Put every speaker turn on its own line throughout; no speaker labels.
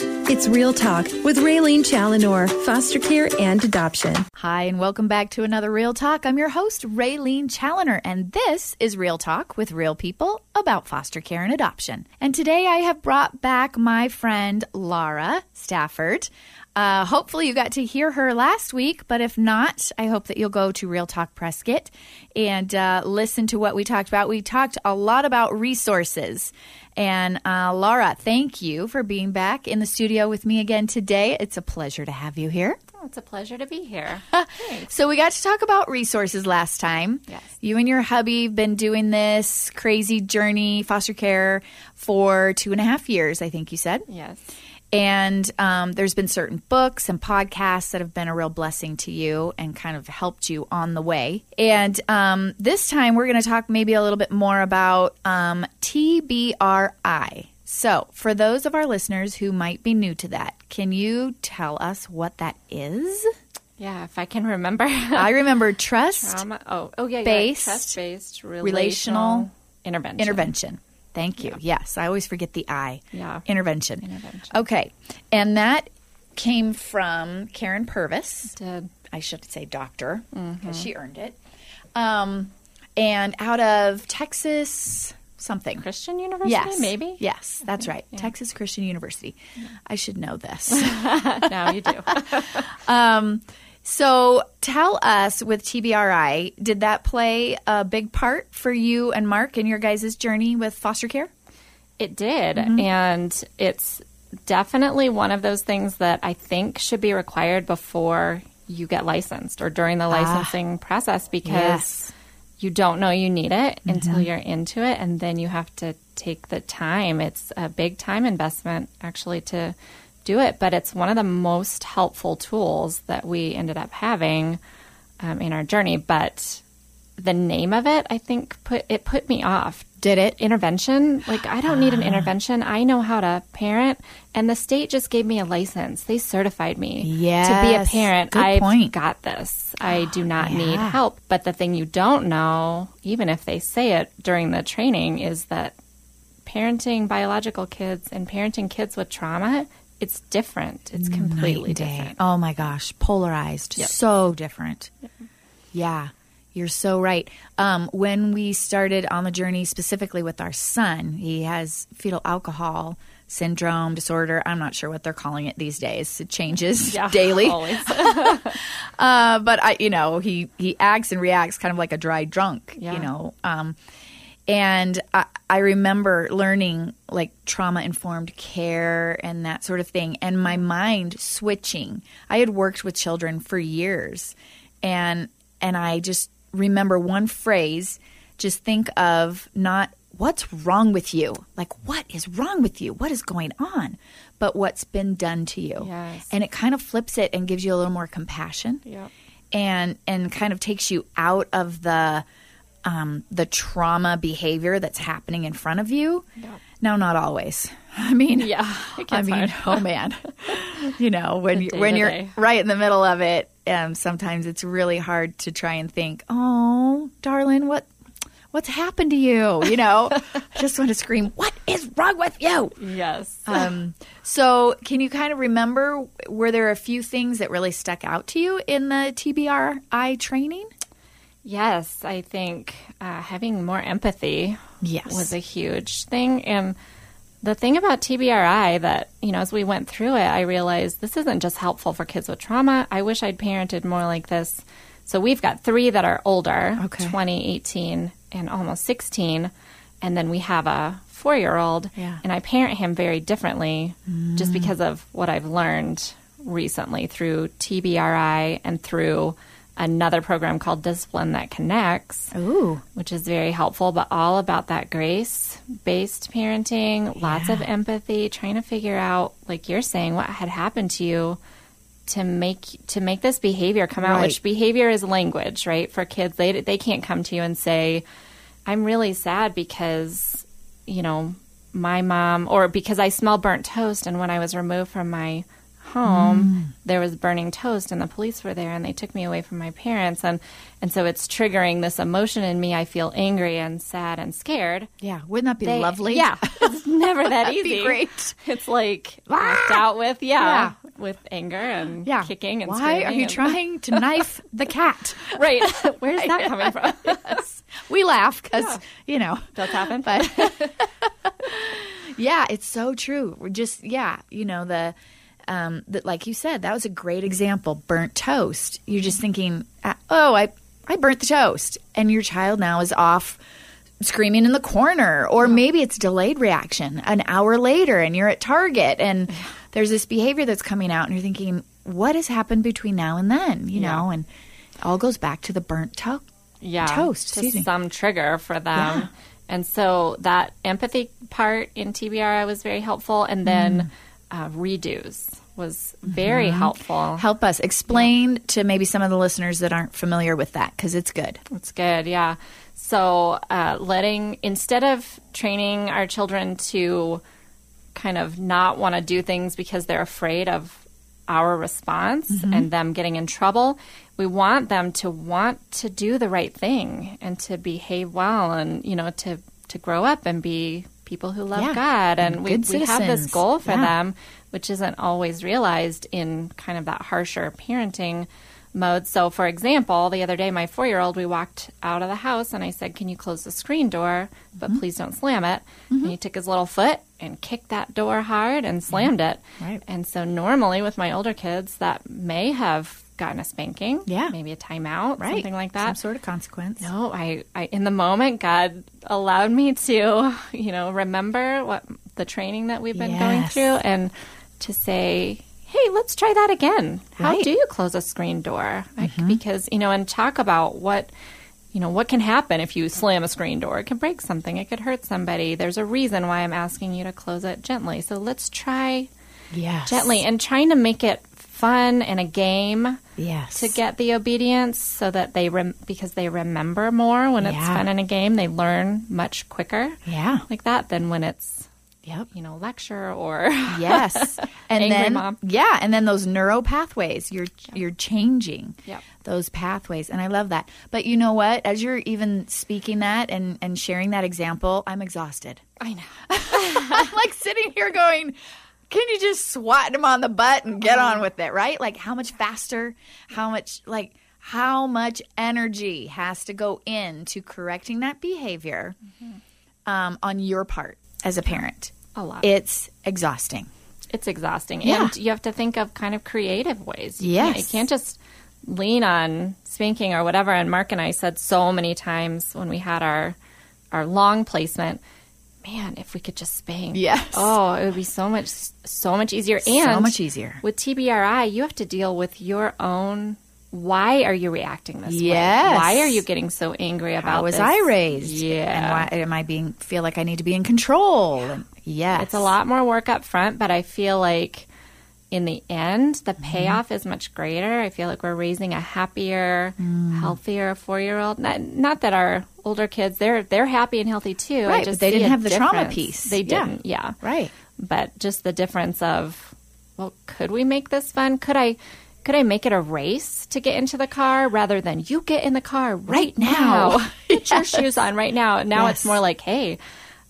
It's Real Talk with Raylene Challinor, foster care and adoption.
Hi, and welcome back to another Real Talk. I'm your host, Raylene Challoner, and this is Real Talk with real people about foster care and adoption. And today I have brought back my friend Laura Stafford. Uh, hopefully, you got to hear her last week, but if not, I hope that you'll go to Real Talk Press Kit and uh, listen to what we talked about. We talked a lot about resources. And uh, Laura, thank you for being back in the studio with me again today. It's a pleasure to have you here.
Oh, it's a pleasure to be here.
So we got to talk about resources last time.
Yes.
You and your hubby have been doing this crazy journey, foster care, for two and a half years, I think you said.
yes.
And um, there's been certain books and podcasts that have been a real blessing to you and kind of helped you on the way. And um, this time we're going to talk maybe a little bit more about um, TBRI. So, for those of our listeners who might be new to that, can you tell us what that is?
Yeah, if I can remember.
I remember trust
Trauma. Oh, oh yeah.
Based.
Trust based relational,
Relational
intervention.
intervention. Thank you. Yes, I always forget the I.
Yeah.
Intervention.
Intervention.
Okay. And that came from Karen Purvis.
Did. Mm-hmm.
I should say doctor because she earned it. Um, and out of Texas, something.
Christian University,
Yes,
maybe? Mm-hmm.
Yes, that's right. Texas Christian University. I should know this.
now you do.
so, tell us with TBRI, did that play a big part for you and Mark in your guys' journey with foster care?
It did.
Mm-hmm.
And it's definitely one of those things that I think should be required before you get licensed or during the licensing process because
Ah. Yes.
you don't know you need it
Mm-hmm.
until you're into it. And then you have to take the time. It's a big time investment actually to do it. But it's one of the most helpful tools that we ended up having um, in our journey. But the name of it, I think, put it put me off. Did it intervention? Like I don't need an
Ah.
intervention. I know how to parent, and the state just gave me a license. They certified me to be a
Yes.
parent.
Good
I've
point.
got this. I do not need help. But the thing you don't know, even if they say it during the training, is that parenting biological kids and parenting kids with trauma, it's different. It's completely
Night and day.
different.
Oh my gosh, polarized, so different. Yeah, you're so right. Um, when we started on the journey specifically with our son, he has fetal alcohol syndrome disorder. I'm not sure what they're calling it these days. It changes daily.
Always.
Uh, but I, you know, he he acts and reacts kind of like a dry drunk.
Yeah.
You know. Um, and I, I remember learning like trauma informed care and that sort of thing, and my mind switching. I had worked with children for years, and and I just remember one phrase. Just think of not what's wrong with you, like what is wrong with you, what is going on, but what's been done to you,
Yes.
and it kind of flips it and gives you a little more compassion
Yep.
and and kind of takes you out of the um, the trauma behavior that's happening in front of you. Now, not always. I mean,
Yeah, it
I
gets
mean,
hard.
oh man, you know when you,
day
when
to
you're
day.
right in the middle of it, um, sometimes it's really hard to try and think. Oh, darling, what what's happened to you? You know, I just want to scream. What is wrong with you?
Yes.
Um, so, can you kind of remember? Were there a few things that really stuck out to you in the TBRI training?
Yes, I think uh, having more empathy
Yes.
was a huge thing. And the thing about TBRI that, you know, as we went through it, I realized this isn't just helpful for kids with trauma. I wish I'd parented more like this. So we've got three that are older
Okay.
20, 18, and almost 16. And then we have a four year old.
Yeah. Mm.
And I parent him very differently just because of what I've learned recently through TBRI and through another program called Discipline That Connects
Ooh,
which is very helpful, but all about that grace based parenting, lots of empathy, trying to figure out, like you're saying, what had happened to you to make to make this behavior come out
Right.
which behavior is language right for kids they they can't come to you and say i'm really sad because you know my mom or because i smell burnt toast and when i was removed from my home, there was burning toast and the police were there and they took me away from my parents and and so it's triggering this emotion in me. I feel angry and sad and scared.
Yeah, wouldn't that be
They-
lovely?
Yeah. It's never that
That'd be
easy.
great. Ah!
It's like knocked out with, yeah, with anger and
Yeah.
kicking and
Why
screaming
are you
and-
trying to knife the cat?
Right. Where's that coming from?
We laugh because, you know,
That's happened.
but yeah, it's so true. We're just, yeah, you know, the, um, that like you said, that was a great example. Burnt toast. You're just thinking, uh, oh, I, I burnt the toast. And your child now is off screaming in the corner. Or maybe it's delayed reaction an hour later and you're at Target and there's this behavior that's coming out and you're thinking, what has happened between now and then? You know, and it all goes back to the burnt toast.
yeah,
Toast,
to
excuse me.
some trigger for them. And so that empathy part in TBRI was very helpful. And then uh, redos was very helpful.
Help us explain to maybe some of the listeners that aren't familiar with that because it's good.
That's good. Yeah. So, uh, letting instead of training our children to kind of not want to do things because they're afraid of our response
Mm-hmm.
and them getting in trouble, we want them to want to do the right thing and to behave well and, you know, to, to grow up and be people who love
Yeah.
God. And,
And
we,
good
we have this
citizens.
goal for
Yeah.
them, which isn't always realized in kind of that harsher parenting mode. So, for example, the other day, my four year old, we walked out of the house and I said, Can you close the screen door? But
Mm-hmm.
please don't slam it. And he took his little foot and kicked that door hard and slammed it.
Mm-hmm. Right.
And so, normally with my older kids, that may have gotten a spanking,
Yeah.
maybe a timeout,
Right.
something like
Some
that.
sort of consequence.
No, I, I, in the moment, God allowed me to, you know, remember what the training that we've been going
Yes.
through and to say, hey, let's try that again. How
Right. Mm-hmm.
do you close a screen door? Like, Because, you know, and talk about what, you know, what can happen if you slam a screen door? It could break something, it could hurt somebody. There's a reason why I'm asking you to close it gently. So let's try
Yes.
gently and trying to make it fun and a game
Yes.
to get the obedience so that they rem- because they remember more when it's
Yeah.
fun in a game they learn much quicker
Yeah.
like that than when it's
Yep.
you know lecture or
Yes. And
Angry
then
mom.
yeah, and then those neural pathways, you're you're changing
Yep.
those pathways. And I love that. But you know what? As you're even speaking that and, and sharing that example, I'm exhausted.
i know
I'm like sitting here going, can you just swat him on the butt and get
Uh-huh.
on with it, right? Like how much faster, how much like how much energy has to go into correcting that behavior
Mm-hmm.
um, on your part as a parent?
A lot.
It's exhausting.
it's exhausting
Yeah.
and you have to think of kind of creative ways you can't-
Yes.
you can't just lean on spanking or whatever and mark and i said so many times when we had our our long placement man if we could just spank
Yes.
oh it would be so much so much easier and
so much easier.
With TBRI, you have to deal with your own. Why are you reacting this way?
Yes.
Why are you getting so angry about
How was
this?
I raised? And
Yeah.
why am I being feel like I need to be in control? And yes.
It's a lot more work up front, but I feel like in the end,
Mm-hmm.
the payoff is much greater. I feel like we're raising a happier,
Mm.
healthier four-year-old. Not, not that our older kids they're they're happy and healthy too. I
Right, but
just
they
see
didn't
a
have the trauma
difference.
piece.
They
Yeah.
didn't. Yeah.
Right.
but just the difference of well could we make this fun could i could i make it a race to get into the car rather than you get in the car right, now, put your shoes on right now now it's
Yes.
more like hey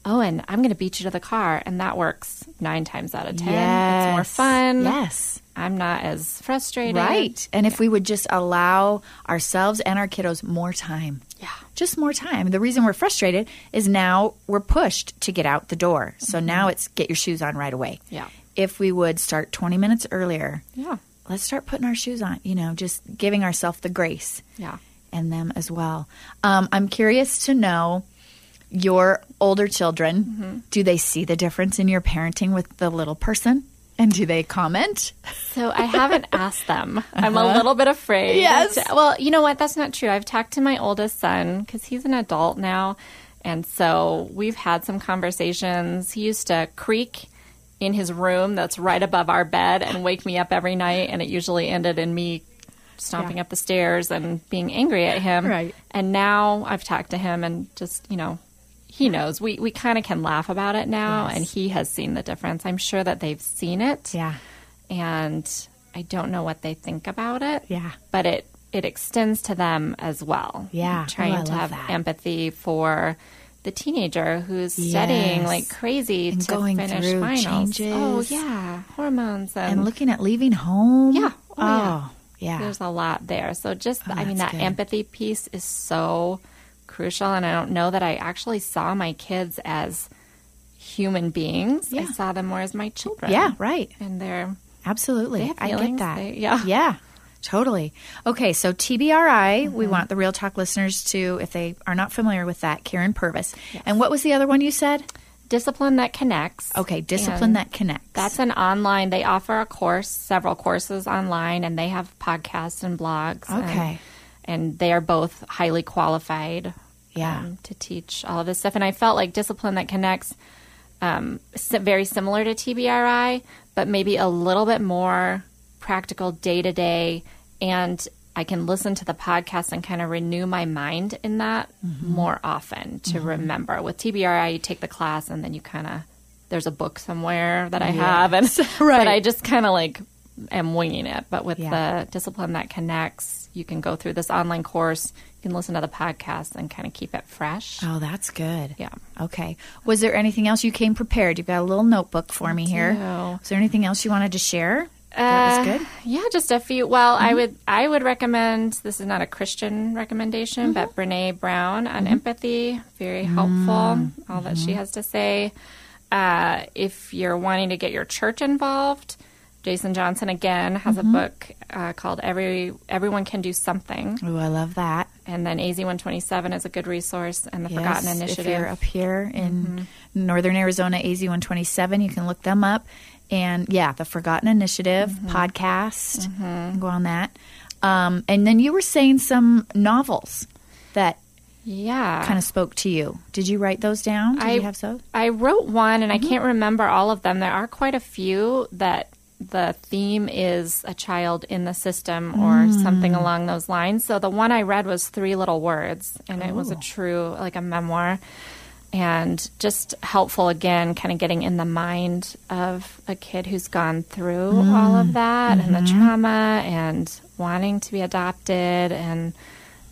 owen i'm going to beat you to the car and that works nine times out of ten it's more
Yes.
fun
Yes.
i'm not as frustrated
Right. And if we would just allow ourselves and our kiddos more time.
Yeah.
Just more time. The reason we're frustrated is now we're pushed to get out the door. So now it's get your shoes on right away.
Yeah.
If we would start 20 minutes earlier,
yeah
let's start putting our shoes on, you know, just giving ourselves the grace
yeah
and them as well. Um, I'm curious to know your older children do they see the difference in your parenting with the little person? And do they comment?
So I haven't asked them. I'm a little bit afraid.
Uh-huh. Yes.
Well, you know what? That's not true. I've talked to my oldest son because he's an adult now. And so we've had some conversations. He used to creak in his room that's right above our bed and wake me up every night. And it usually ended in me stomping up the stairs and being angry at him.
Right.
And now I've talked to him and just, you know, he knows. We, we kind of can laugh about it now. And he has seen the difference. I'm sure that they've seen it
Yeah.
and I don't know what they think about it.
Yeah.
But it it extends to them as well.
Yeah. Oh, I
Trying to
love
have
that.
empathy for the teenager who's studying
Yes.
like crazy
And
to
going
finish
through
finals. Oh
changes.
yeah, hormones and,
And looking at leaving home.
Yeah.
Oh,
Oh, yeah.
yeah.
there's a lot there. So just I mean
Oh, that's
that
good.
empathy piece is so crucial and I don't know that I actually saw my kids as human beings. I
Yeah.
saw them more as my children.
yeah, right.
And they're
Absolutely.
They have
I get
feelings.
that.
They- yeah.
Yeah. Totally. Okay, so TBRI,
Mm-hmm.
we want the Real Talk listeners to, if they are not familiar with that, Karen Purvis. And what was the other one you said?
discipline that connects.
Okay, discipline
And
that connects.
That's an online. They offer a course, several courses online, and they have podcasts and blogs. and-
Okay.
And, they are both highly qualified.
Yeah.
um, to teach all of this stuff, and I felt like discipline that connects, um, si- very similar to TBRI, but maybe a little bit more practical day to day, and I can listen to the podcast and kind of renew my mind in that
Mm-hmm.
more often to remember. With TBRI, you take the class and then you kind of there's a book somewhere that I have, and but I just kind of like am winging it. But with
Yeah.
the discipline that connects, you can go through this online course, you can listen to the podcast, and kind of keep it fresh.
Oh, that's good.
Yeah.
Okay. Was there anything else you came prepared? You've got a little notebook for me here.
do.
Was there anything else you wanted to share? that was good.
Uh,
Mm-hmm.
Yeah, just a few. Well, I would I would recommend this is not a Christian recommendation, but
Mm-hmm.
Brene Brown on empathy, very helpful.
Mm-hmm.
All that she has to say. Uh, if you're wanting to get your church involved, Jason Johnson again has
Mm-hmm.
a book uh, called "Every Everyone Can Do Something,"
Oh, I love that.
and then AZ 127 is a good resource, and the Forgotten
Yes,
Initiative. Mm-hmm.
If you're up here in Northern Arizona, AZ 127, you can look them up. And yeah, the Forgotten Initiative
Mm-hmm.
podcast. Go on that. Um, and then you were saying some novels that
yeah,
kind of spoke to you. Did you write those down? Did
I
you have those?
I wrote one, and I can't remember all of them. There are quite a few that the theme is a child in the system or something along those lines. So the one I read was three little words, and it was a true like a memoir, and just helpful again, kind of getting in the mind of a kid who's gone through all of that and the trauma and wanting to be adopted and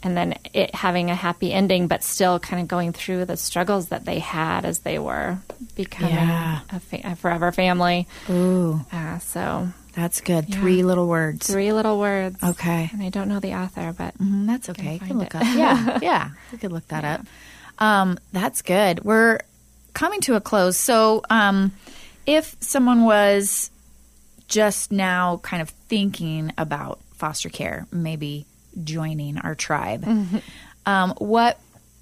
and then it having a happy ending, but still kind of going through the struggles that they had as they were becoming
Yeah.
a, fa- a forever family.
Ooh,
Uh, so
that's good. Three little words.
three little words.
Okay.
And I don't know the author, but
Mm, That's okay. You can
find
look
it.
up. Yeah, yeah. We could look that up. Um, that's good. We're coming to a close. So, um, if someone was just now kind of thinking about foster care, maybe joining our tribe,
Mm-hmm.
um, what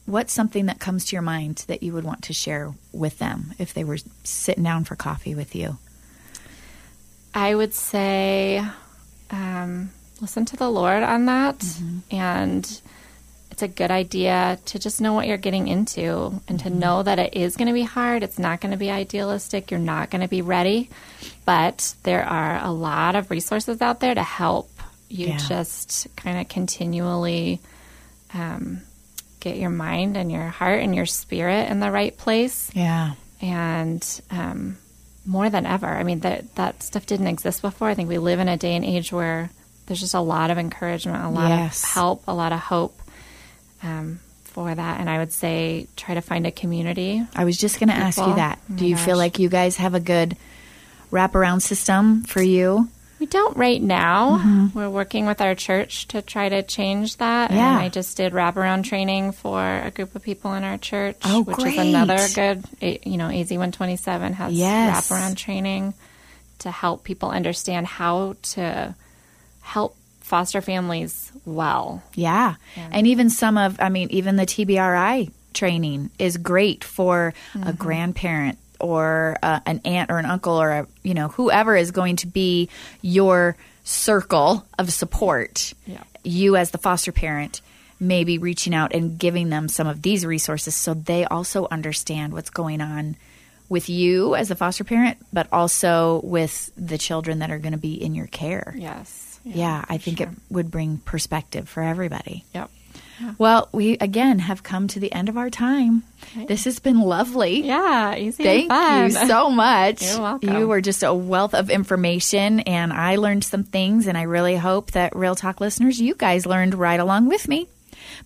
what's something that comes to your mind that you would want to share with them if they were sitting down for coffee with you?
I would say um, listen to the Lord on that. And it's a good idea to just know what you're getting into and to know that it is going to be hard. It's not going to be idealistic. You're not going to be ready. But there are a lot of resources out there to help you
Yeah.
just kind of continually um, get your mind and your heart and your spirit in the right place
Yeah,
and um, more than ever. I mean, that that stuff didn't exist before. I think we live in a day and age where there's just a lot of encouragement, a lot
Yes.
of help, a lot of hope um, for that. And I would say try to find a community.
I was just going to ask you
People.
that.
Oh
Do
my
you feel
gosh.
like you guys have a good wraparound system for you?
We don't right now. We're working with our church to try to change that.
Mm-hmm. Yeah.
And I just did wraparound training for a group of people in our church,
Oh,
which
great.
is another good, eh, you know, AZ127 has
Yes.
wraparound training to help people understand how to help foster families well.
Yeah. And even some of, I mean, even the TBRI training is great for a grandparent or uh, an aunt or an uncle or, a, you know, whoever is going to be your circle of support.
Yeah.
You, as the foster parent, maybe reaching out and giving them some of these resources so they also understand what's going on with you as a foster parent, but also with the children that are going to be in your care.
Yes.
Yeah, I think it would bring perspective for everybody.
Yep.
Well, we again have come to the end of our time. This has been lovely.
Yeah, easy.
Thank
and fun.
you so much.
You're welcome.
You were just a wealth of information, and I learned some things, and I really hope that Real Talk listeners, you guys learned right along with me.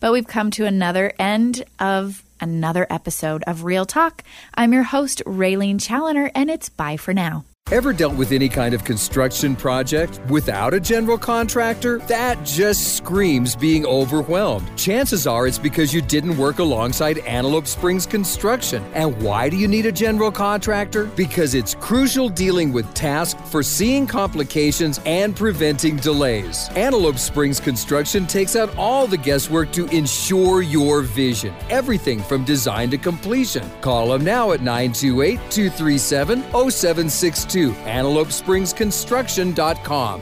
But we've come to another end of another episode of Real Talk. I'm your host, Raylene Challoner, and it's bye for now.
Ever dealt with any kind of construction project without a general contractor? That just screams being overwhelmed. Chances are it's because you didn't work alongside Antelope Springs Construction. And why do you need a general contractor? Because it's crucial dealing with tasks, foreseeing complications, and preventing delays. Antelope Springs Construction takes out all the guesswork to ensure your vision. Everything from design to completion. Call them now at oh 928 237 0762, AntelopeSpringsConstruction.com.